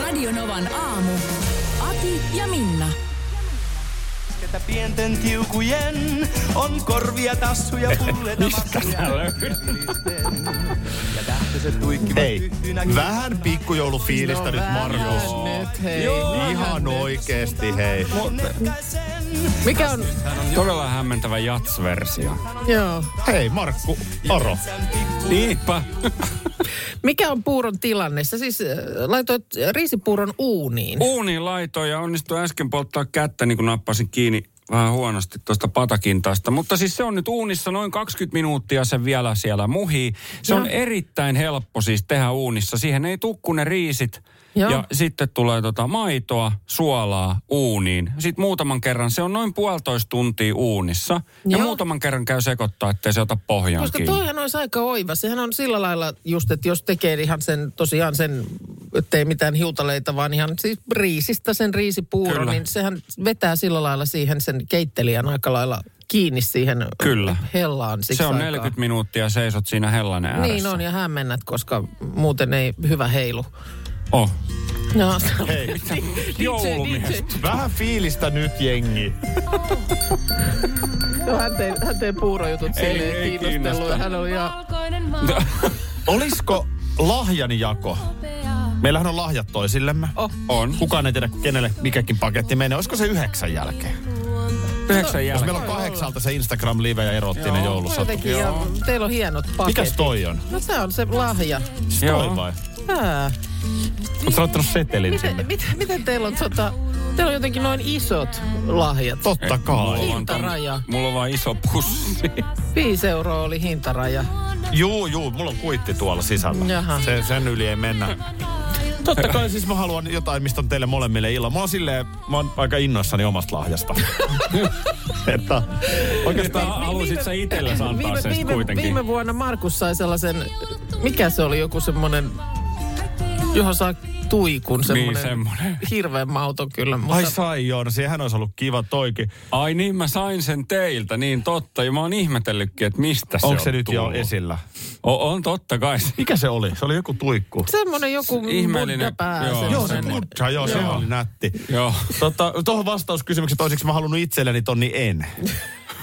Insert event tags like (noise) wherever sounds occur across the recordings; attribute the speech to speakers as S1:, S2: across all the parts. S1: Radionovan aamu. Ati ja Minna.
S2: Ketä pienten tiukujen on korvia, tassuja, pulleita,
S3: Eh, Mistä sä
S2: maskuja,
S3: löydät?
S2: listen. Ja tähtiset tuikkivat
S4: Hei,
S2: yhtyinäkin.
S4: vähän pikkujoulufiilistä nyt Markus.
S5: Nyt, hei.
S3: Joo.
S4: Ihan oikeesti, hei.
S2: Nekäisen
S5: Mikä on?
S3: Todella hämmentävä jats-versio.
S5: Joo.
S4: Hei Markku, Aro.
S3: Niinpä.
S5: Mikä on puuron tilanne? Sä siis äh, laitoit riisipuuron uuniin.
S3: (laughs) Uuniin laitoin ja onnistui äsken polttaa kättä, niin kun nappasin kiinni vähän huonosti tuosta patakintaasta. Mutta siis se on nyt uunissa noin 20 minuuttia se vielä siellä muhii. Se
S5: Joo.
S3: on erittäin helppo siis tehdä uunissa. Siihen ei tukku ne riisit.
S5: Joo.
S3: Ja sitten tulee tota maitoa, suolaa uuniin. Sitten muutaman kerran, se on noin puolitoista tuntia uunissa. Ja
S5: Joo.
S3: muutaman kerran käy sekoittaa, ettei se ota pohjaan
S5: Koska
S3: kiinni.
S5: toihan olisi aika oiva. Sehän on sillä lailla just, että jos tekee ihan sen, tosiaan sen, ettei mitään hiutaleita, vaan ihan siis riisistä sen riisipuuron,
S3: Kyllä.
S5: niin sehän vetää sillä lailla siihen sen keittelijän aika lailla kiinni siihen
S3: Kyllä.
S5: hellaan. Siksi
S3: Se on
S5: aikaa.
S3: 40 minuuttia seisot siinä hellan ääressä.
S5: Niin on ja hämmennät, koska muuten ei hyvä heilu.
S3: Oh.
S5: No,
S4: Hei,
S3: Joulumies.
S4: vähän fiilistä nyt jengi.
S5: Joo, hän tei, hän tei puurojutut
S3: Ei-
S5: silleen
S3: ei
S5: kiinnostellut.
S3: kiinnosta.
S5: Hän oli ihan...
S6: Valkoinen maa,
S4: Olisko lahjani jako?
S6: upea.
S4: Meillähän on lahjat toisillemme.
S5: Oh.
S3: On.
S4: Kukaan ei tiedä, kenelle mikäkin paketti menee. Olisiko se yhdeksän jälkeen?
S3: Yhdeksän
S4: Jos
S3: jälkeen.
S4: meillä on kahdeksalta se Instagram-live ja erottinen joulusatu.
S5: Jotenkin, ja teillä on hienot paketit.
S4: Mikäs toi on?
S5: No se on se lahja.
S4: Siis
S3: Joo.
S4: toi vai?
S5: Ää.
S4: Oletko laittanut setelin sinne?
S5: Miten, miten, miten teillä on tota... Teillä on jotenkin noin isot lahjat.
S4: Totta kai.
S3: Mulla on täm-
S5: Hintaraja.
S3: Mulla on vaan iso pussi.
S5: 5 euroa oli hintaraja.
S4: Juu, juu, mulla on kuitti tuolla sisällä.
S5: Jaha.
S4: Sen, sen yli ei mennä. Totta kai siis mä haluan jotain, mistä on teille molemmille illa. Mä oon silleen, mä oon aika innoissani omasta (laughs) lahjasta. että
S3: (laughs) Oikeastaan haluaisit sä itselläsi antaa
S5: Viime,
S3: sen sitten
S5: viime,
S3: kuitenkin.
S5: viime vuonna Markus sai sellaisen... Mikä se oli? Joku semmonen... Johon saa tuikun semmonen...
S3: Niin, semmonen.
S5: Hirveän mauton kyllä, mutta...
S4: Ai sai joo, no sehän olisi ollut kiva toikin.
S3: Ai niin, mä sain sen teiltä, niin totta. Ja mä oon ihmetellytkin, että mistä se
S4: Onko
S3: on
S4: se nyt jo
S3: tullut.
S4: esillä?
S3: O- on totta kai. (laughs)
S4: Mikä se oli? Se oli joku tuikku.
S5: Semmonen joku
S3: Se- ihmeellinen-
S5: buddha-pää,
S3: joo.
S4: Joo, se
S5: semmonen.
S4: putsa, joo, se oli nätti.
S3: Joo.
S4: Tota, tuohon vastauskysymykseen toiseksi mä halunnut itselleni ton, niin (laughs) en.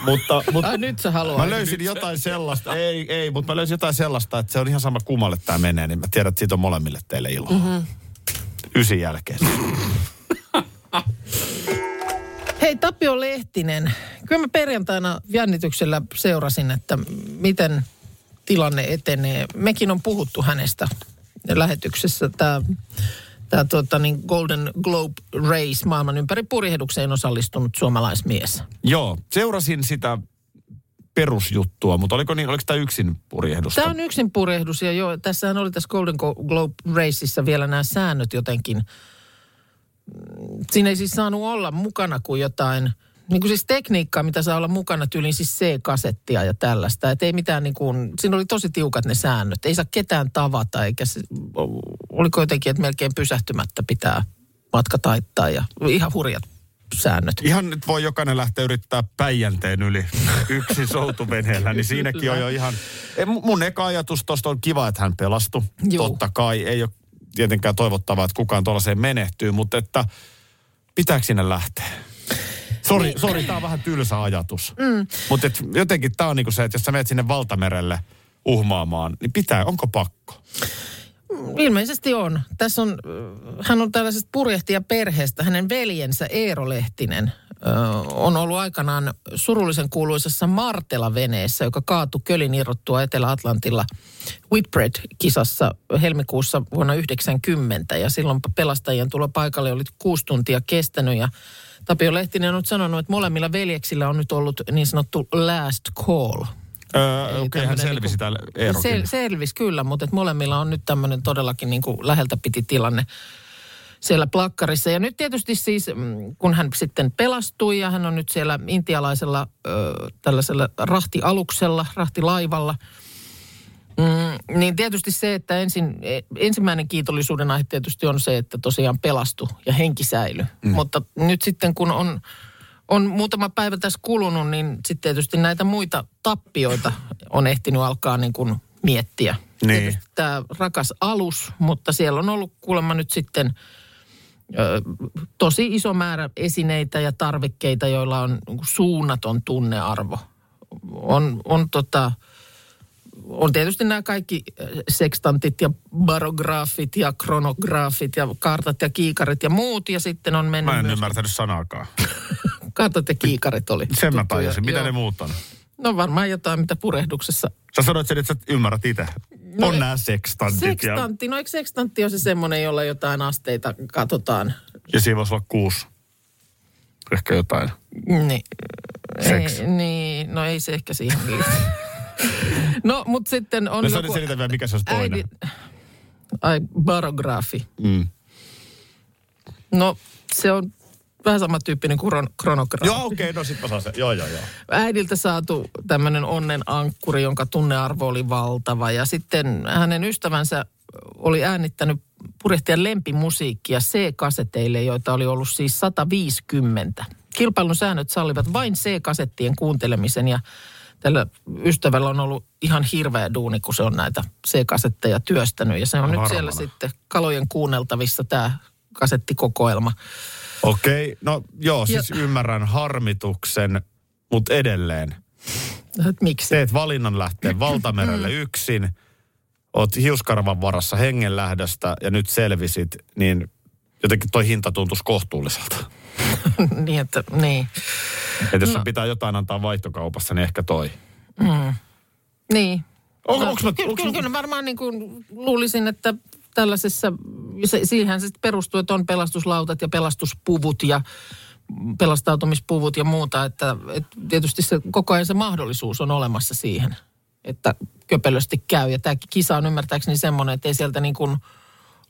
S4: mutta, mutta
S5: Ai nyt sä haluat.
S4: Mä löysin jotain sellaista, ei, ei, mutta mä löysin jotain sellaista, että se on ihan sama kummalle tämä menee, niin mä tiedän, että siitä on molemmille teille iloa. Mm-hmm. Ysin jälkeen.
S5: Hei Tapio Lehtinen, kyllä mä perjantaina jännityksellä seurasin, että miten tilanne etenee. Mekin on puhuttu hänestä lähetyksessä. Tämä tämä tuota, niin Golden Globe Race, maailman ympäri purjehdukseen osallistunut suomalaismies.
S4: Joo, seurasin sitä perusjuttua, mutta oliko niin, oliko tämä yksin purjehdusta?
S5: Tämä on yksin purjehdus ja joo, tässähän oli tässä Golden Go- Globe Raceissa vielä nämä säännöt jotenkin. Siinä ei siis saanut olla mukana kuin jotain, niin kuin siis tekniikkaa, mitä saa olla mukana tyyliin siis C-kasettia ja tällaista. Että ei mitään niin kuin, siinä oli tosi tiukat ne säännöt. Ei saa ketään tavata eikä se, oliko jotenkin, että melkein pysähtymättä pitää matka taittaa ja ihan hurjat säännöt.
S4: Ihan nyt voi jokainen lähteä yrittää päijänteen
S5: (laughs)
S4: yli yksin soutuveneellä, niin siinäkin on jo ihan... Ei, mu- Mun eka ajatus tosta on kiva, että hän pelastui.
S5: Juu.
S4: Totta kai, ei ole tietenkään toivottavaa, että kukaan tuollaiseen menehtyy, mutta että pitääkö sinne lähteä? Sori, niin. sori, tää on vähän tylsä ajatus. Mm. Mutta jotenkin tää on niinku se, että jos sä menet sinne valtamerelle uhmaamaan, niin pitää, onko pakko?
S5: Ilmeisesti on. Tässä on, äh, hän on tällaisesta purjehtija perheestä. Hänen veljensä Eero Lehtinen ö, on ollut aikanaan surullisen kuuluisessa Martela-veneessä, joka kaatui kölin irrottua Etelä-Atlantilla Whitbread-kisassa helmikuussa vuonna 90. Ja silloin pelastajien tulo paikalle oli kuusi tuntia kestänyt ja Tapio Lehtinen on nyt sanonut, että molemmilla veljeksillä on nyt ollut niin sanottu last call.
S4: Öö,
S5: Eli
S4: Okei, hän
S5: tämmönen
S4: selvisi
S5: niinku-
S4: täällä Eero
S5: Sel,
S4: kyllä.
S5: selvisi kyllä, mutta et molemmilla on nyt tämmöinen todellakin niin kuin läheltä piti tilanne siellä plakkarissa. Ja nyt tietysti siis, mm, kun hän sitten pelastui ja hän on nyt siellä intialaisella ö, tällaisella rahtialuksella, rahtilaivalla, mm, niin tietysti se, että ensin, e- ensimmäinen kiitollisuuden aihe tietysti on se, että tosiaan pelastui ja henki säilyi. Mm. Mutta nyt sitten kun on on muutama päivä tässä kulunut, niin sitten tietysti näitä muita tappioita on ehtinyt alkaa niin kuin miettiä.
S4: Niin.
S5: Tietysti Tämä rakas alus, mutta siellä on ollut kuulemma nyt sitten ö, tosi iso määrä esineitä ja tarvikkeita, joilla on niin kuin suunnaton tunnearvo. On, on tota, on tietysti nämä kaikki äh, sekstantit ja barograafit ja kronograafit ja kartat ja kiikarit ja muut. Ja sitten on mennyt
S4: Mä en
S5: myös-
S4: ymmärtänyt sanaakaan.
S5: Kartat ja kiikarit oli.
S4: Sen mä
S5: tuttuja.
S4: tajusin. Mitä
S5: Joo.
S4: ne muut on?
S5: No varmaan jotain, mitä purehduksessa.
S4: Sä sanoit sen, että sä ymmärrät itse.
S5: No
S4: on
S5: ei-
S4: nämä sekstantit ja,
S5: Sekstantti, no eikö sekstantti ole se semmoinen, jolla jotain asteita katsotaan?
S4: ja siinä voisi olla kuusi. Ehkä jotain.
S5: Niin.
S4: Seks.
S5: Ei, niin, no ei se ehkä siihen
S4: (laughs)
S5: liity. No, mutta sitten on
S4: No sä
S5: joku...
S4: nyt selitä vielä, mikä se olisi toinen.
S5: äidin- Ai, barograafi.
S4: Mm.
S5: No, se on vähän samantyyppinen kuin kron- kronograafi.
S4: Joo, okei, okay, no sit mä saan sen. Joo, joo, joo.
S5: äidiltä saatu tämmöinen onnen ankkuri, jonka tunnearvo oli valtava. Ja sitten hänen ystävänsä oli äänittänyt purjehtijan lempimusiikkia C-kaseteille, joita oli ollut siis 150. Kilpailun säännöt sallivat vain C-kasettien kuuntelemisen ja tällä ystävällä on ollut ihan hirveä duuni, kun se on näitä C-kasetteja työstänyt. Ja se on nyt siellä
S4: Varmana.
S5: sitten kalojen kuunneltavissa tämä kasettikokoelma.
S4: Okei, okay, no joo, siis ymmärrän harmituksen, mutta edelleen.
S5: Et miksi?
S4: Teet valinnan lähteä valtamerelle
S5: Mm.
S4: yksin, oot hiuskarvan varassa hengenlähdöstä ja nyt selvisit, niin jotenkin toi hinta tuntuisi kohtuulliselta.
S5: (laughs) niin, että, niin.
S4: Et
S5: No.
S4: jos sun pitää jotain antaa vaihtokaupassa, niin ehkä toi.
S5: Niin.
S4: On- onks mä-
S5: kyllä,
S4: onks mä-
S5: kyllä, kyllä varmaan niin kuin luulisin, että tällaisessa, se, siihen se sitten perustuu, että on pelastuslautat ja pelastuspuvut ja pelastautumispuvut ja muuta, että, että tietysti se, koko ajan se mahdollisuus on olemassa siihen, että köpelösti käy. Ja tämä kisa on ymmärtääkseni semmoinen, että ei sieltä niin kuin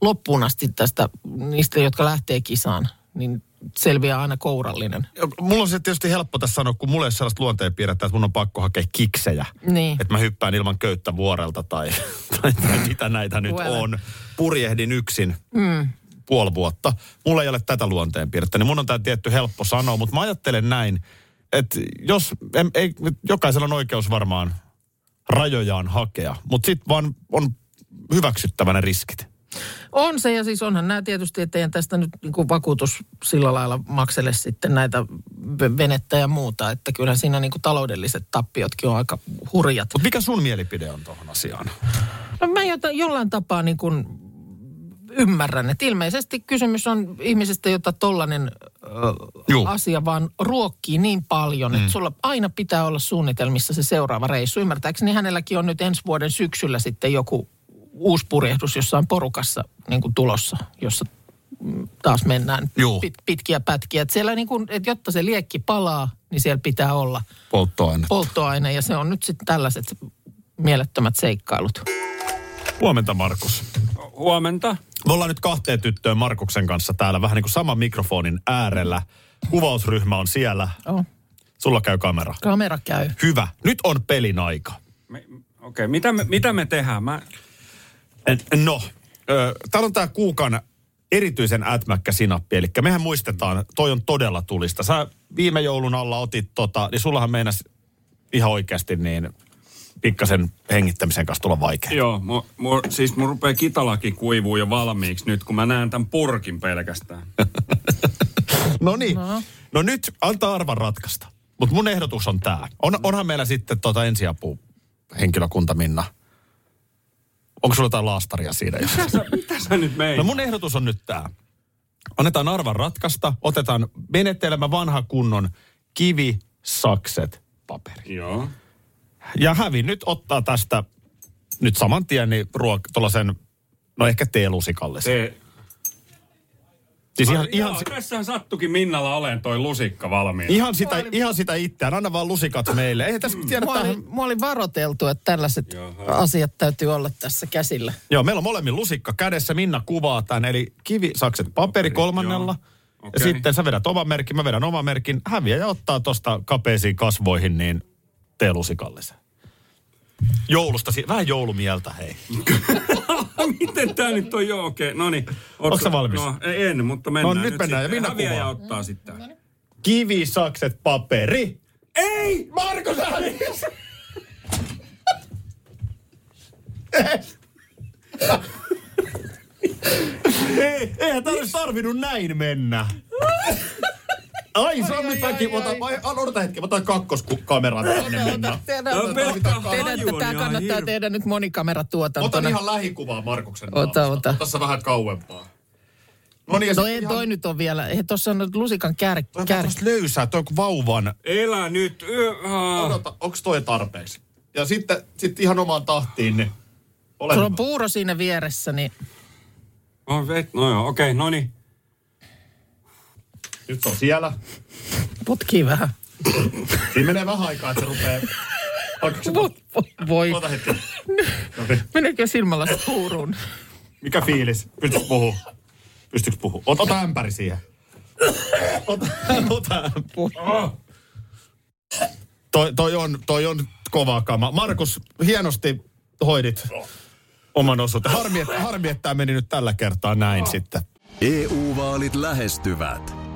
S5: loppuun asti tästä, niistä, jotka lähtee kisaan, niin selviää aina kourallinen.
S4: Mulla on se tietysti helppo tässä sanoa, kun mulla ei ole sellaista luonteenpiirrettä, että mun on pakko hakea kiksejä.
S5: Niin.
S4: Että mä hyppään ilman köyttä vuorelta tai, (laughs) tai, tai mitä näitä nyt
S5: Well.
S4: on. Purjehdin yksin mm. puoli vuotta. Mulla ei ole tätä luonteenpiirrettä, niin mun on tämä tietty helppo sanoa, mutta mä ajattelen näin, että jos, em, ei, jokaisella on oikeus varmaan rajojaan hakea, mutta sitten vaan on hyväksyttävä ne riskit.
S5: On se, ja siis onhan nämä tietysti, että eihän tästä nyt niin kuin vakuutus sillä lailla maksele sitten näitä ve- venettä ja muuta, että kyllähän siinä niin kuin taloudelliset tappiotkin on aika hurjat.
S4: Mutta mikä sun mielipide on tuohon asiaan?
S5: No mä jota, jollain tapaa niin kuin ymmärrän, että ilmeisesti kysymys on ihmisestä, jota tollainen ö,
S4: Juu. Mm.
S5: asia vaan ruokkii niin paljon, että sulla aina pitää olla suunnitelmissa se seuraava reissu. Ymmärtääkseni hänelläkin on nyt ensi vuoden syksyllä sitten joku uusi purjehdus jossain porukassa niin kuin tulossa, jossa mm, taas mennään
S4: Juu.
S5: pit, pitkiä pätkiä. Et siellä niin kuin, että jotta se liekki palaa, niin siellä pitää olla
S4: Polttoaine.
S5: polttoaine ja se on nyt sitten tällaiset mielettömät seikkailut.
S4: Huomenta Markus.
S3: Huomenta.
S4: Me ollaan nyt kahteen tyttöön Markuksen kanssa täällä vähän niin kuin saman mikrofonin äärellä. Kuvausryhmä on siellä.
S5: Oh.
S4: Sulla käy kamera.
S5: Kamera käy.
S4: Hyvä. Nyt on pelin aika.
S3: Me- Okei, okay, mitä, me- mitä me tehdään? Mä,
S4: No, ö, täällä on tämä kuukan erityisen ätmäkkä sinappi. Eli mehän muistetaan, toi on todella tulista. Sä viime joulun alla otit tota, niin sullahan meinas ihan oikeasti niin pikkasen hengittämisen kanssa tulla vaikea.
S3: joo, mu, mu, siis mun rupeaa kitalaki kuivuu jo valmiiksi nyt, kun mä näen tämän purkin pelkästään.
S4: No niin. No. no nyt antaa arvan ratkaista. Mutta mun ehdotus on tämä. On, onhan meillä sitten tota ensiapu henkilökunta Minna. Onko sulla jotain laastaria siinä? jo?
S3: Mitä sä, (laughs) mitä sä nyt meit?
S4: No mun ehdotus on nyt tämä. Annetaan arvan ratkaista, otetaan menetelmä vanha kunnon kivi, sakset, paperi.
S3: Joo.
S4: Ja hävi nyt ottaa tästä nyt saman tien niin ruok, tuollaisen, no ehkä teelusikalle.
S3: Te,
S4: Siis
S3: Ihan,
S4: ihan,
S3: ihan,
S4: ihan,
S3: joo, tässähän sattukin Minnalla olen toi lusikka valmiina.
S4: ihan, sitä, ihan sitä itseään. Anna vaan lusikat meille. Ei tässä tiedä
S5: Mua oli,
S4: tähän.
S5: mua oli varoteltu, että tällaiset asiat täytyy olla tässä käsillä.
S4: Joo, meillä on molemmin lusikka kädessä. Minna kuvaa tämän. Eli kivisakset paperi kolmannella.
S3: joo.
S4: Ja
S3: Okei.
S4: sitten sä vedät oman merkin, mä vedän oman merkin. Häviäjä ottaa tosta kapeisiin kasvoihin, niin tee lusikallisen. Joulusta, si- vähän joulumieltä hei.
S3: (laughs) Miten tää nyt on joo, okei. No niin.
S4: Ootko sä valmis?
S3: No ei- en, mutta mennään
S4: No nyt mennään, ja
S3: sitten.
S4: Minna
S3: Häviäjä
S4: kuvaa.
S3: ottaa sitten.
S4: Kivisakset paperi.
S3: Ei!
S4: Markus Hävis! (laughs) Ei, eihän tää olisi tarvinnut näin mennä. Ai, Sammi Päki, ota, ai, odota hetki, mä otan kakkoskameran tänne mennä.
S5: Teidän,
S3: Tää on pelkkä
S5: teidän,
S3: haju on
S5: tämä
S3: ihan
S5: kannattaa
S3: hirveä.
S5: tehdä nyt
S4: Otan
S5: monikameratuotantona.
S4: ihan lähikuvaa Markuksen
S5: Ota,
S4: naamasta.
S5: ota.
S4: Tässä vähän kauempaa. No niin, ja
S5: No
S4: sit
S5: ei,
S4: ihan-
S5: toi nyt on vielä. Ei, tuossa on nyt lusikan kär,
S4: Toi on
S5: kär.
S4: vähän tosta löysää, toi on kuin vauvan.
S3: Elä nyt. Yö, aa.
S4: Odota, onks toi tarpeeksi? Ja sitten, sitten ihan omaan tahtiin, niin ole
S5: Sulla
S4: hyvä.
S5: on puuro siinä vieressä, niin
S3: No, vet- no joo, okei, no niin.
S4: Nyt on siellä.
S5: potkii vähän.
S4: Siinä menee vähän aikaa, että se rupeaa... Oliko se...
S5: Voi, voi, voi.
S4: Ota hetki. No niin.
S5: Menekö silmällä puuruun?
S4: Mikä fiilis? Pystytkö puhua? Pystytkö puhua? Ota, ota ämpäri siihen. Ota, ota ämpäri. Toi, toi, on, toi on kovaa kama. Markus, hienosti hoidit oman osuuden. Harmi, että, harmi, että tämä meni nyt tällä kertaa näin sitten.
S7: EU-vaalit E lähestyvät.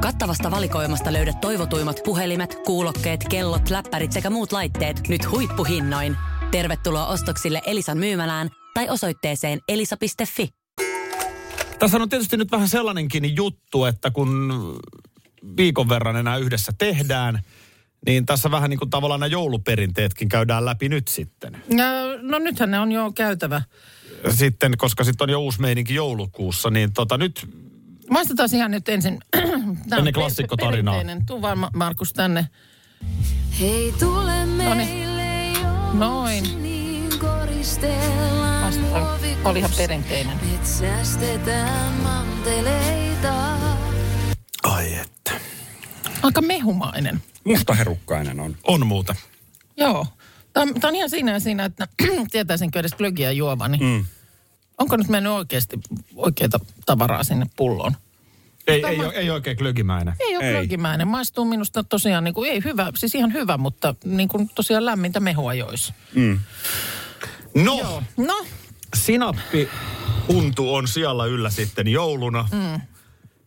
S1: Kattavasta valikoimasta löydät toivotuimmat puhelimet, kuulokkeet, kellot, läppärit sekä muut laitteet nyt huippuhinnoin. Tervetuloa ostoksille Elisan myymälään tai osoitteeseen elisa.fi.
S4: Tässä on tietysti nyt vähän sellainenkin juttu, että kun viikon verran enää yhdessä tehdään, niin tässä vähän niin kuin tavallaan nämä jouluperinteetkin käydään läpi nyt sitten.
S5: No, no nythän ne on jo käytävä.
S4: Sitten, koska sitten on jo uusi meininki joulukuussa, niin tota nyt
S5: Maistetaan ihan nyt ensin. Tää on
S4: Ennen
S5: per-
S4: klassikkotarinaa.
S5: perinteinen. Tuu vaan Ma- Markus tänne.
S8: Hei tule
S5: Noniin.
S8: meille jouluksi,
S5: Noin.
S8: niin koristellaan muovikusta.
S5: Oli ihan perinteinen.
S8: Metsästetään manteleita.
S4: Ai että.
S5: Aika mehumainen.
S3: Musta herukkainen on.
S4: On muuta.
S5: Joo. Tämä on, tää on ihan siinä ja siinä, että (clears throat) tietäisinkö edes glögiä juovani. Mm. Onko nyt mennyt oikeasti oikeita tavaraa sinne pulloon?
S4: Ei, ei, ole, ei oikein klökimäinen.
S5: Ei ole
S3: Ei.
S5: glögimäinen. Maistuu minusta tosiaan, niin kuin, ei hyvä, siis ihan hyvä, mutta niin kuin tosiaan lämmintä mehua jois.
S4: No,
S5: No,
S4: sinappi huntu on siellä yllä sitten jouluna. Mm.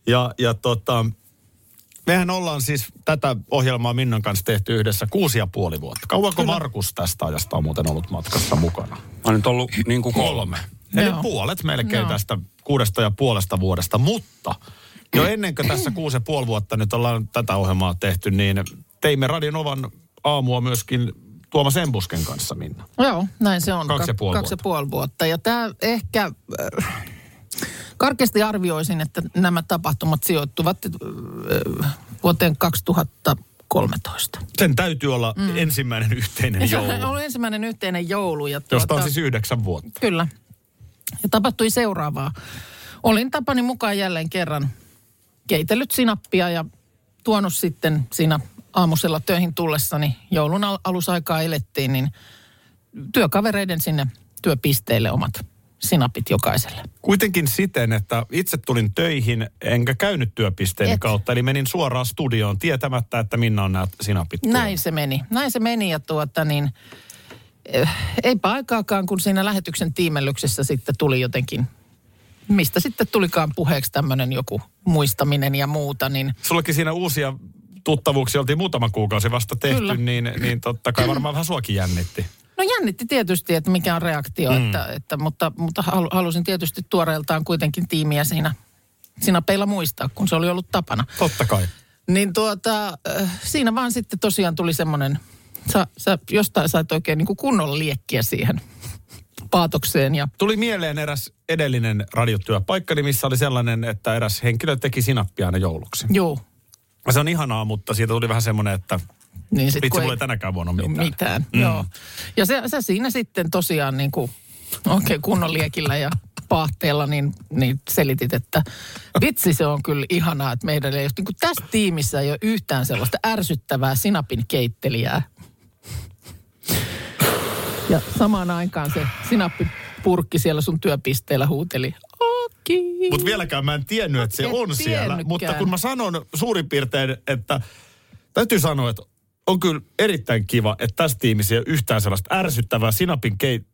S4: Ja, ja tota, mehän ollaan siis tätä ohjelmaa Minnan kanssa tehty yhdessä kuusi ja puoli vuotta. Kauanko Markus tästä ajasta on muuten ollut matkassa mukana?
S3: On nyt ollut niin kuin
S4: Kolme.
S3: kolme.
S4: Eli
S5: Joo.
S4: puolet melkein
S5: Joo.
S4: tästä kuudesta ja puolesta vuodesta, mutta jo ennen kuin tässä kuusi ja puoli vuotta nyt ollaan tätä ohjelmaa tehty, niin teimme Radionovan aamua myöskin Tuomas Embusken kanssa, Minna.
S5: Joo, näin se on.
S4: Kaksi ja puoli
S5: kaksi ja puoli vuotta. Ja tämä ehkä, äh, karkeasti arvioisin, että nämä tapahtumat sijoittuvat äh, vuoteen 2013.
S4: Sen täytyy olla mm. ensimmäinen yhteinen
S5: Se on
S4: joulu,
S5: ollut ensimmäinen yhteinen joulu. Ja tuota-
S4: josta on siis yhdeksän vuotta.
S5: Kyllä. Ja tapahtui seuraavaa. Olin tapani mukaan jälleen kerran keitellyt sinappia ja tuonut sitten siinä aamusella töihin tullessani, joulun al- alusaikaa elettiin, niin työkavereiden sinne työpisteille omat sinapit jokaiselle.
S4: Kuitenkin siten, että itse tulin töihin enkä käynyt työpisteen
S5: Et.
S4: kautta, eli menin suoraan studioon tietämättä, että Minna on nämä sinapit. tuonut.
S5: Näin se meni. Näin se meni ja tuota niin, eh, eipä aikaakaan, kun siinä lähetyksen tiimellyksessä sitten tuli jotenkin, mistä sitten tulikaan puheeksi tämmöinen joku muistaminen ja muuta, niin
S4: Sullakin siinä uusia tuttavuuksia oltiin muutama kuukausi vasta
S5: Kyllä.
S4: tehty, niin, niin totta kai varmaan vähän suakin jännitti.
S5: No jännitti tietysti, että mikä on reaktio, mm. että, että, mutta, mutta halu- halusin tietysti tuoreeltaan kuitenkin tiimiä siinä sinapeilla muistaa, kun se oli ollut tapana.
S4: Totta kai.
S5: Niin tuota, äh, siinä vaan sitten tosiaan tuli semmoinen, sä, sä jostain sait oikein niin kuin kunnolla liekkiä siihen paatokseen ja
S4: Tuli mieleen eräs edellinen radiotyöpaikka, missä oli sellainen, että eräs henkilö teki sinappia aina jouluksi.
S5: juu,
S4: Ja Se on ihanaa, mutta siitä tuli vähän semmoinen, että
S5: niin sitten
S4: vitsi, mulla ei tänäkään vuonna ole mitään.
S5: mitään. Mm. Joo. Ja se, se siinä sitten tosiaan niin kuin oikein kunnon liekillä ja pahteella niin, niin selitit, että vitsi se on kyllä ihanaa, että meidän ei ole, niin kuin tässä tiimissä ei ole yhtään sellaista ärsyttävää sinapin keittelijää. Ja samaan aikaan se sinappipurkki siellä sun työpisteellä huuteli, Aki.
S4: Mutta vieläkään mä en tiennyt, että se
S5: Et
S4: on siellä.
S5: tiennytkään.
S4: Mutta kun mä sanon suurin piirtein, että täytyy sanoa, että on kyllä erittäin kiva, että tässä tiimissä ei ole yhtään sellaista ärsyttävää sinapin kei...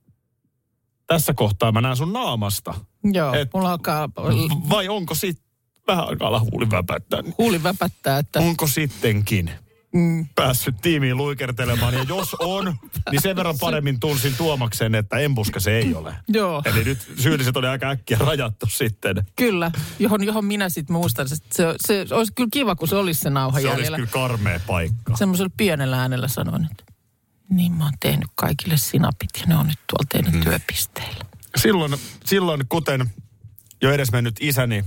S4: Tässä kohtaa mä näen sun naamasta.
S5: Joo,
S4: et-
S5: mulla alkaa Mm.
S4: Vai onko sit... Vähän aikaa alla huulin väpättää. niin
S5: huuli väpättää, että
S4: Onko sittenkin
S5: mm,
S4: päässyt tiimiin luikertelemaan? Ja jos on, niin sen verran paremmin tunsin Tuomaksen, että embuska se ei ole.
S5: joo.
S4: Eli nyt syylliset oli aika äkkiä rajattu sitten.
S5: Kyllä, johon, johon minä sitten muistan. Se, se, se olisi kyllä kiva, kun se olisi se nauha
S4: Se olisi
S5: jäljellä.
S4: kyllä karmea paikka.
S5: Semmoisella pienellä äänellä sanoin, että niin mä oon tehnyt kaikille sinapit ja ne on nyt tuolla teidän mm. työpisteellä.
S4: silloin, silloin kuten jo edesmennyt isäni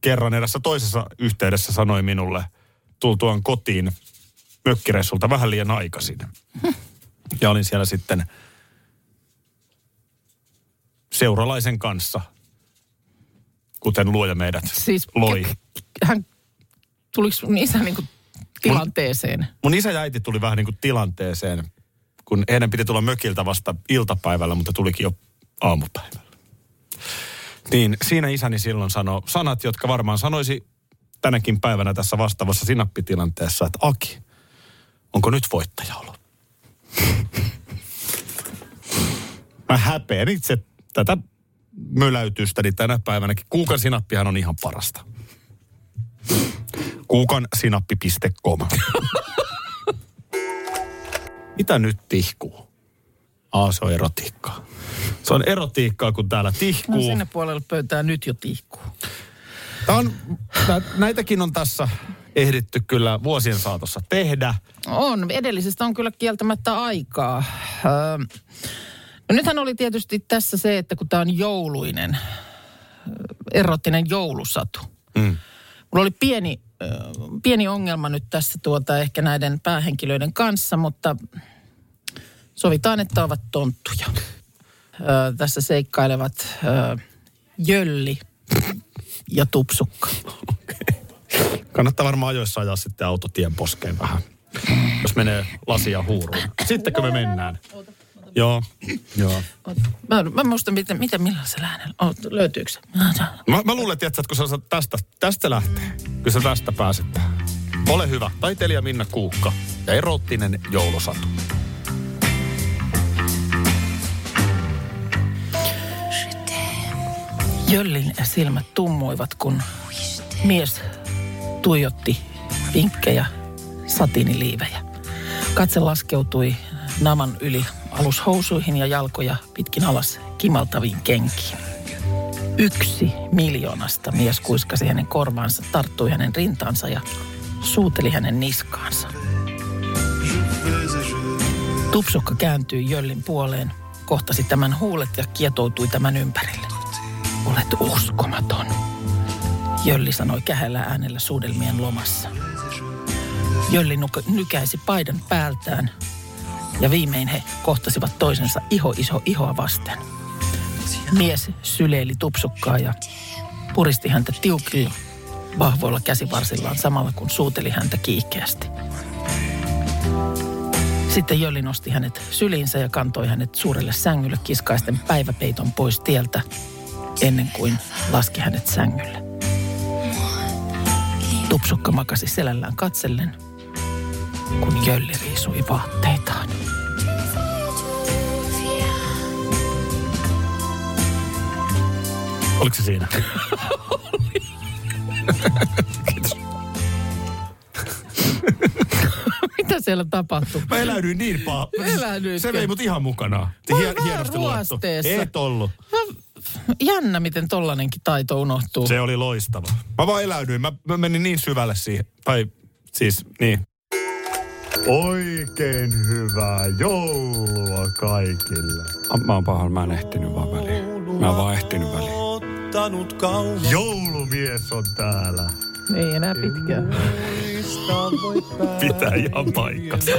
S4: kerran erässä toisessa yhteydessä sanoi minulle tultuaan kotiin mökkireissulta vähän liian aikaisin. Ja olin siellä sitten seuralaisen kanssa, kuten luoja meidät
S5: Siis
S4: loi.
S5: hän, tuliko sun isä niinku tilanteeseen?
S4: Mun isä ja äiti tuli vähän niin kuin tilanteeseen, kun heidän piti tulla mökiltä vasta iltapäivällä, mutta tulikin jo aamupäivällä. Niin siinä isäni silloin sanoi sanat, jotka varmaan sanoisi tänäkin päivänä tässä vastaavassa sinappitilanteessa, että Aki, onko nyt voittaja ollut? Mä häpeän itse tätä möläytystäni tänä päivänäkin. Kuukan sinappihan on ihan parasta. Kuukansinappi.com. Mitä nyt tihkuu? Aa, se on erotiikkaa. Se on erotiikkaa, kun täällä
S5: No
S4: tihkuu.
S5: sinne puolelle pöytää nyt jo tihkuu.
S4: Tää on, nä, näitäkin on tässä ehditty kyllä vuosien saatossa tehdä.
S5: On, edellisestä on kyllä kieltämättä aikaa. Öö, no nythän oli tietysti tässä se, että kun tämä on jouluinen, ö, erottinen joulusatu. Mm. Mulla oli pieni, ö, pieni ongelma nyt tässä tuota ehkä näiden päähenkilöiden kanssa, mutta sovitaan, että ovat tonttuja. Öö, tässä seikkailevat öö, Jölli ja Tupsukka.
S4: Kannattaa varmaan ajoissa ajaa sitten autotien poskeen vähän, jos menee lasia huuruun. Sittenkö me mennään? Joo, joo.
S5: Mä, mä en muista, miten, miten millaisella äänellä, Oot, löytyykö se?
S4: Mä, mä luulen, tiiätkö, että kun sä saat tästä, tästä lähtee, kun sä tästä pääset. Ole hyvä, taiteilija Minna Kuukka ja erottinen joulusatu.
S5: Jöllin silmät tummuivat, kun mies tuijotti vinkkejä satiiniliivejä. Katse laskeutui naman yli alushousuihin ja jalkoja pitkin alas kimaltaviin kenkiin. Yksi miljoonasta mies kuiskasi hänen korvaansa, tarttui hänen rintaansa ja suuteli hänen niskaansa. Tupsukka kääntyi Jöllin puoleen, kohtasi tämän huulet ja kietoutui tämän ympärille. Olet uskomaton, Jölli sanoi kähällä äänellä suudelmien lomassa. Jölli nuk- nykäisi paidan päältään ja viimein he kohtasivat toisensa iho iso ihoa vasten. Mies syleili tupsukkaa ja puristi häntä tiukilla, vahvoilla käsivarsillaan samalla kun suuteli häntä kiihkeästi. Sitten Jölli nosti hänet syliinsä ja kantoi hänet suurelle sängylle kiskaisten päiväpeiton pois tieltä ennen kuin laski hänet sängylle. Tupsukka makasi selällään katsellen, kun Jölli riisui vaatteitaan.
S4: Oliko se siinä?
S5: (laughs) Mitä siellä tapahtuu?
S4: Mä eläydyin niin paha.
S5: Eläydyitkö?
S4: Se vei mut ihan mukana. Hie-
S5: Mä
S4: hienosti
S5: olin vähän
S4: luettu.
S5: ruosteessa.
S4: Et ollut.
S5: Jännä, miten tollanenkin taito unohtuu.
S4: Se oli loistava. Mä vaan eläydyin. Mä, mä menin niin syvälle siihen. Tai siis niin. Oikein hyvää joulua kaikille.
S3: Mä oon pahoin, mä en ehtinyt vaan väliin. Mä oon vaan ehtinyt väliin.
S2: Ottanut kauan
S4: Joulumies on täällä.
S5: Ei enää pitkään.
S4: Pitää ihan paikkansa.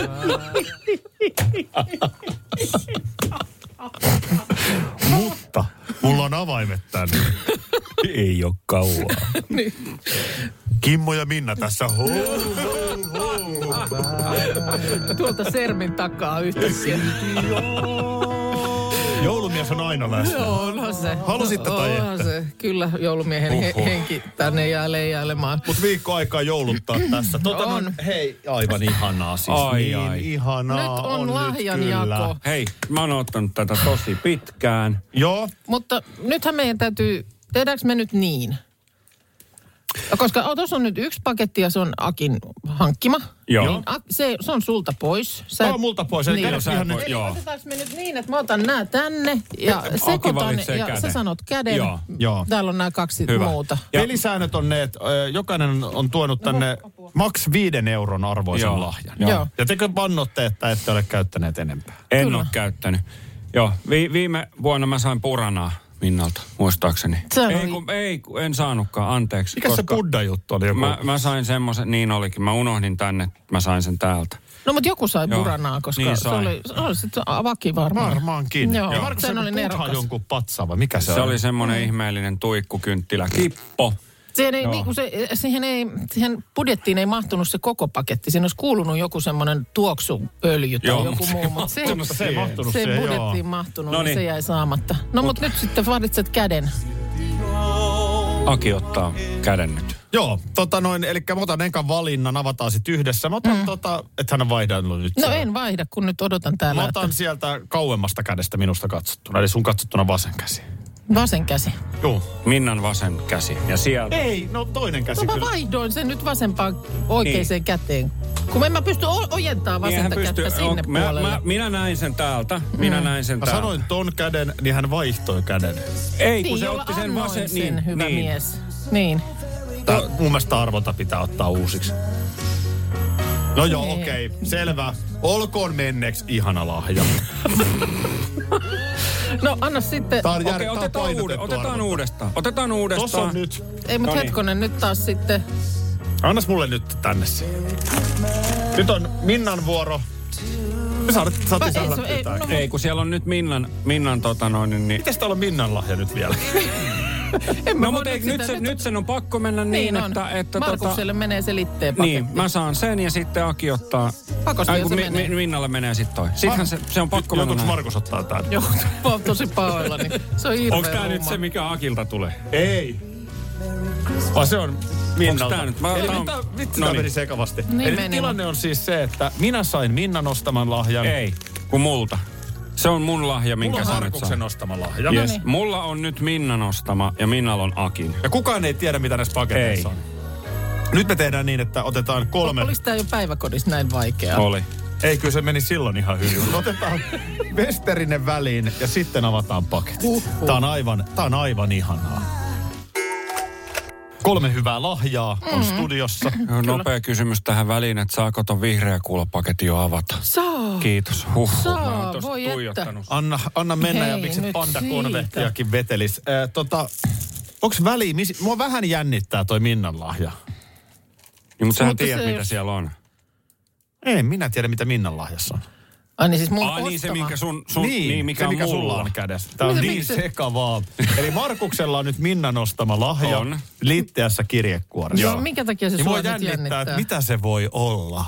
S4: Mutta mulla on avaimet tänne. Ei ole kauaa. Kimmo ja Minna tässä. Hou, hou, hou.
S5: Tuolta sermin takaa yhtä siellä.
S4: Joulumies on aina läsnä.
S5: Joo, onhan se.
S4: Halusitte tai
S5: Onhan
S4: ette?
S5: se. Kyllä joulumiehen he-
S4: Oho.
S5: henki tänne jää leijailemaan.
S4: Mut viikko aikaa jouluttaa tässä. Tota,
S5: Mm. On.
S4: noin, hei, aivan ihanaa siis.
S3: Ai,
S4: niin,
S3: ai.
S4: Ihanaa
S5: Nyt on
S4: nyt
S5: lahjanjako.
S4: kyllä.
S3: Hei, mä oon ottanut tätä tosi pitkään.
S4: Joo,
S5: Mutta nythän meidän täytyy, tehdäänkö me nyt niin? Koska oh, tuossa on nyt yksi paketti ja se on Akin hankkima.
S3: Joo.
S5: Niin, A, se, se on sulta pois. Sä
S4: Tää on multa pois, eli
S5: Niin.
S4: kädet
S3: sä
S4: ihan
S3: et voi-
S4: nyt-
S5: Eli
S3: Joo.
S5: otetaanko me nyt niin, että mä otan nämä tänne ja
S3: Aki
S5: sekoitan
S3: valitsee
S5: ja sä
S3: käden.
S5: sanot käden.
S3: Joo,
S4: joo.
S5: Täällä on nämä kaksi
S3: Hyvä.
S5: muuta.
S4: Ja. Pelisäännöt on ne, että ö, jokainen on tuonut tänne maks viiden euron arvoisen
S3: Joo.
S4: lahjan.
S5: No Joo. Joo.
S4: Ja tekö pannotte, että ette ole käyttäneet enempää?
S3: En
S5: Kyllä.
S3: oo käyttänyt. Joo, vi- viime vuonna mä sain puranaa Minnalta, muistaakseni.
S5: Se oli-
S3: Ei, kun, ei kun en saanutkaan, anteeksi.
S4: Mikä se Buddha-juttu oli? Joku?
S3: Mä, mä sain semmoisen, niin olikin, mä unohdin tänne, mä sain sen täältä.
S5: No mutta joku sai
S3: Joo.
S5: puranaa, koska
S3: Niin
S5: se
S3: sai.
S5: oli, se oli sit vaki varmaan.
S4: Varmaankin.
S5: Joo,
S4: Ja Markus,
S5: sen
S4: joku
S5: oli
S4: Buddha
S5: nerokas.
S4: jonkun patsa vai mikä se,
S3: Se
S4: oli?
S3: oli semmoinen ihmeellinen tuikkukynttilä. Kippo.
S5: Siihen, ei, niin kuin se, siihen, ei, siihen budjettiin ei mahtunut se koko paketti. Siinä olisi kuulunut joku semmoinen tuoksuöljy tai
S3: Joo,
S5: joku
S3: mut se
S5: muu,
S3: ei
S5: mutta se,
S3: mahtunut
S5: se,
S4: se ei mahtunut
S5: se ei
S4: siihen,
S5: budjettiin
S4: joo.
S5: mahtunut,
S3: No
S5: niin se
S3: niin.
S5: jäi saamatta. No mutta nyt sitten valitset käden.
S3: Aki ottaa käden nyt.
S4: Joo, tota noin, eli mä otan enkä valinnan, avataan sitten yhdessä. Mä otan mm. tota, että hän on vaihdellut nyt.
S5: No
S4: sen.
S5: en vaihda, kun nyt odotan
S4: Mä
S5: täällä.
S4: otan
S5: Että
S4: sieltä kauemmasta kädestä minusta katsottuna, eli sun katsottuna vasen käsi.
S5: vasen käsi.
S4: Joo.
S3: Minnan vasen käsi. Ja sieltä.
S4: Ei, no toinen käsi
S5: No mä
S4: kyllä.
S5: vaihdoin sen nyt vasempaan oikeaan
S3: Niin.
S5: käteen. Kun en mä pysty o- ojentaa vasenta kättä sinne
S3: mä, niin,
S5: puolelle. Mm.
S3: Mä, minä näin sen täältä. Minä näin sen
S4: Mä
S3: täältä.
S4: sanoin ton käden, niin hän vaihtoi käden.
S3: Ei, kun
S5: niin,
S3: se
S5: jolla
S3: otti sen
S5: annoin
S3: vasen.
S5: sen, hyvä
S3: niin.
S5: mies. Niin.
S4: Tää, mun mielestä arvonta pitää ottaa uusiksi. No joo,
S5: Niin.
S4: okei, okay, selvä. Olkoon menneeksi ihana lahja.
S5: No anna sitten...
S4: Tää on jär,
S3: Okei,
S4: tää on
S3: otetaan,
S4: painotettu
S3: uude, otetaan
S4: arvonta.
S3: uudestaan. Otetaan
S4: Tossa
S3: uudestaan.
S4: on nyt.
S5: Ei, mutta
S3: Noniin.
S5: hetkonen, nyt taas sitten...
S4: Annas mulle nyt tänne se. Nyt on Minnan vuoro. Me saat, saat
S5: Mä-
S4: ei,
S5: ei
S4: saada
S5: se- ei,
S4: pitää.
S5: no-
S3: Ei, kun siellä on nyt Minnan, Minnan tota noin, niin...
S4: Mites täällä on Minnan lahja nyt vielä?
S5: En mä
S3: No,
S5: voi
S3: mutta ei,
S5: sitä-
S3: nyt, sen, nyt sen on pakko mennä niin,
S5: Niin on.
S3: että... että
S5: Markukselle menee se litteen
S3: Niin,
S5: paketti.
S3: mä saan sen ja sitten Aki ottaa...
S5: Pakosti
S3: Ai,
S5: jo
S3: kun
S5: se
S3: mi,
S5: menee.
S3: mi, Minnalle menee sitten toi. Sittenhän se, se on pakko mennä
S4: Joutuuko
S3: näin.
S4: Markus ottaa tän?
S5: Joo, (laughs) mä oon tosi pahoillani. Se on hirveä
S3: Onko tää nyt
S5: homma.
S3: se, mikä Akilta tulee?
S4: Ei. Vai se on Minnalta?
S3: tää nyt? Mä-
S4: Eli
S3: tää on-
S4: mitä, vitsi,
S3: No
S4: tää
S3: niin.
S4: meni sekavasti.
S5: Niin
S4: Eli
S5: meni,
S4: tilanne on siis se, että minä sain Minnan ostaman lahjan.
S3: Ei, kun multa. Se on mun lahja,
S4: Minkä
S3: minkä
S4: Mulla on
S3: sä nyt saat.
S4: Markuksen ostama lahja.
S5: No
S3: Yes.
S5: niin.
S3: Mulla on nyt Minnan ostama ja Minnalla on Akin.
S4: Ja kukaan ei tiedä, mitä näissä
S3: Ei.
S4: paketeissa on. Nyt me tehdään niin, että otetaan kolme.
S5: Olis tää jo päiväkodissa näin vaikeaa?
S3: Oli.
S4: Ei, kyllä se meni silloin ihan hyvin. otetaan Westerinen väliin ja sitten avataan paketit.
S5: Uhuh.
S4: Tää on aivan, tää on aivan ihanaa. Kolme hyvää lahjaa on
S5: Mhm.
S4: studiossa.
S3: Nopea kysymys tähän väliin, että saako ton vihreä kuulopaketin jo avata?
S5: Saa.
S3: Kiitos. Huh, huh.
S5: Saa,
S3: Mä oon tosta
S5: voi että.
S3: tuijottanut.
S4: Anna, anna mennä
S5: Hei,
S4: ja miksi
S5: nyt
S4: pandakonvehtiakin vetelis. Äh, tota, onks väliin? Mis, mua vähän jännittää toi Minnan lahja.
S3: Niin, mutta sähän
S5: Mutta se
S3: tiedät,
S5: ei
S3: mitä
S5: oo-
S3: siellä on.
S4: Ei minä tiedä, mitä Minnan lahjassa on.
S5: Ai niin siis mun
S3: Ai niin, se
S5: ostama.
S3: mikä sun, sun niin, niin, mikä,
S4: se,
S3: on
S4: mikä
S3: mulla.
S4: sulla on kädessä. Tämä on
S5: Mitä,
S4: niin
S5: miksi?
S4: sekavaa. Eli Markuksella on nyt Minnan ostama lahja
S3: On.
S4: liitteessä kirjekuoressa.
S5: Joo, minkä takia se
S4: Niin
S5: sua
S4: mua
S5: nyt
S4: jännittää,
S5: jännittää?
S4: että mitä se voi olla.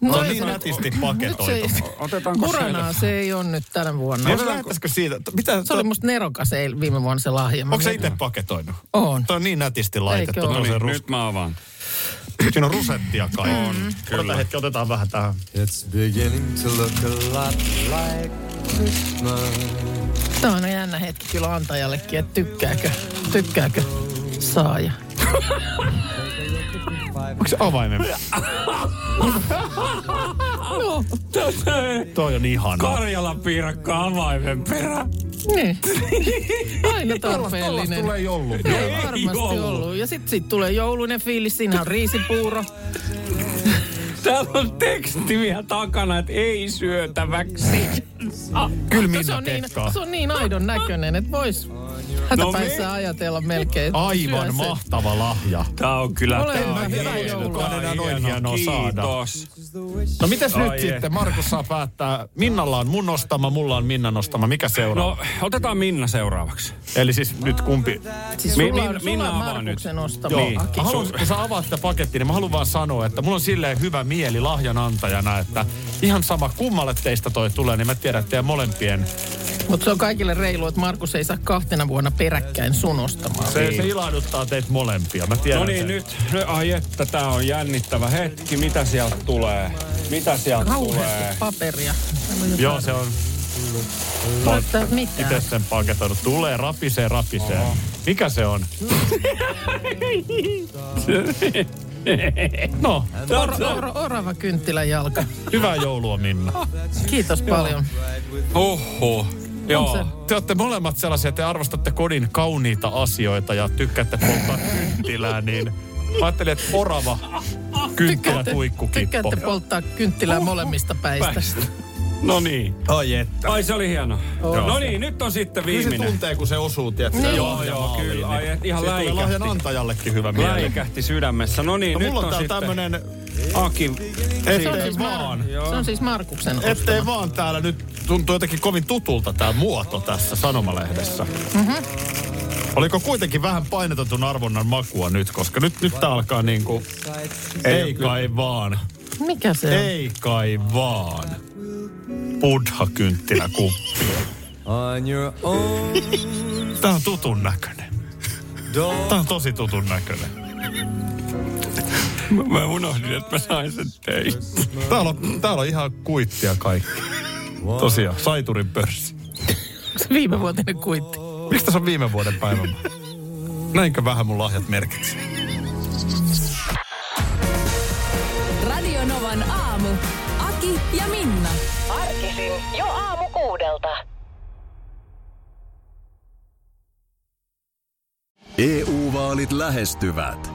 S5: No
S4: No, on
S5: ei
S4: niin
S5: se nyt-
S4: nätisti
S5: Nyt se ei...
S4: paketoitu.
S3: Otetaanko Niin.
S5: Puranaa se ei ole nyt tänä vuonna.
S4: Jos lähettäisikö siitä? t- Mitä,
S5: Se oli musta nerokas ei, viime vuonna se lahja. Mä
S4: Onko se
S5: mietin.
S4: itse paketoinut?
S5: On.
S4: Tuo on niin nätisti laitettu.
S5: oo?
S4: tuo
S3: No
S4: on se
S3: niin,
S4: rus-
S3: nyt mä avaan.
S4: Siinä on rusettia kai. On, kyllä. Odota hetki, otetaan vähän tähän.
S2: It's beginning to look a lot like Christmas.
S5: Tämä on jännä hetki kyllä antajallekin, että tykkääkö, tykkääkö saaja.
S4: Onko se avaimen? Toi on ihana.
S3: Karjalan piirakka avaimen perä. (laughs)
S5: Niin. Aina
S4: Tuollaista
S5: tarpeellinen.
S4: tulla ei ollut.
S5: Ei,
S3: Ei
S5: varmasti
S3: ollut.
S5: ollut. Ja sitten sit tulee joulunen fiilis, siinä on riisipuuro.
S3: Täällä on teksti vielä takana, että ei syötäväksi.
S4: Kyllä
S5: se,
S4: Minna
S5: on niin,
S4: tekkaa.
S5: se on niin aidon näköinen, että vois hätäpäissä ajatella melkein. että syö
S4: Aivan
S5: sen.
S4: mahtava lahja.
S3: Tää on kyllä...
S5: Ole
S3: tää
S5: hyvä,
S3: on
S5: hyvää
S3: hieno.
S5: joulua.
S3: Tää on
S4: Enää noin hienoa saada.
S3: Kiitos.
S4: No mitäs
S3: Ai
S4: nyt
S3: ei.
S4: sitten? Markus saa päättää. Minnalla on mun nostama, mulla on Minnan nostama. Mikä seuraa?
S3: No, otetaan Minna seuraavaksi.
S4: Eli siis nyt kumpi?
S5: Siis
S3: Mi-
S5: sulla
S3: Minna-
S5: on,
S3: Minna
S5: sulla on
S3: avaa
S5: Markuksen
S3: nyt.
S5: ostama.
S4: Joo.
S3: Niin.
S4: Mä haluan, kun sä avaat sitä pakettia, niin mä haluan vaan sanoa, että mulla on silleen hyvä mieli lahjanantajana, että ihan sama kummalle teistä toi tulee, niin mä tiedän, että teidän molempien
S5: Mutta se on kaikille reilu, että Markus ei saa kahtena vuonna peräkkäin sun ostamaan.
S4: Se, se ilahduttaa teitä molempia, mä tiedän
S3: No niin,
S4: sen.
S3: nyt. No, Ai että, tää on jännittävä hetki. Mitä sieltä tulee? Mitä sieltä tulee?
S5: Kauheasti paperia.
S4: Joo, se on
S5: Mutta mitään.
S4: itse sen paketoinut. Tulee, rapisee, rapisee. Mikä se on? no,
S5: Or, or, orava kynttilän jalka.
S4: hyvää joulua Minna.
S5: Kiitos paljon.
S3: Oho. Joo.
S4: Te olette molemmat sellaisia, te arvostatte kodin kauniita asioita ja tykkäätte polttaa kynttilää, niin mä ajattelin, että orava kynttilä tuikkukippo. No
S5: tykkäätte polttaa kynttilää molemmista päistä.
S3: Päästä. No niin.
S9: Ai että.
S3: Ai se oli hieno. No niin, nyt on sitten
S9: Kyllä se
S3: viimeinen.
S9: tuntee, kun se osuu, tiedätkö?
S5: Niin.
S9: Joo.
S3: Joo, joo,
S4: maaliin,
S3: kyllä.
S4: niin
S3: Ai, et, ihan
S4: Siitä tulee
S3: läikähti.
S4: lahjan antajallekin hyvä mieli.
S3: Läikähti sydämessä. No niin,
S4: No,
S3: nyt
S4: mulla
S3: on
S4: on täällä
S3: sitten
S4: tämmönen,
S3: Aki.
S5: Se on,
S4: ettei
S5: siis
S4: vaan.
S5: Mar- se on siis Markuksen ostama.
S4: Ettei vaan täällä nyt tuntuu jotenkin kovin tutulta tämä muoto tässä sanomalehdessä. Mm-hmm. Oliko kuitenkin vähän painetetun arvonnan makua nyt, koska nyt, nyt tää alkaa niinku, ei, kai vaan,
S5: Mikä se on?
S4: ei kai vaan. Buddha-kynttilä kuppi.
S9: On your own
S4: Tää on tutun näköinen.
S9: door.
S4: Tää on tosi tutun näköinen.
S3: Mä unohdin, että mä sain sen tein.
S4: Täällä on, täällä on ihan kuittia kaikki. Tosiaan, Saiturin pörssi.
S5: Se viime vuotinen kuitti.
S4: Miksi tässä on viime vuoden päivän? Näinkö vähän mun lahjat merkitsee?
S1: Radio Novan aamu. Aki ja Minna.
S10: Arkisin jo aamu kuudelta.
S7: EU-vaalit E lähestyvät.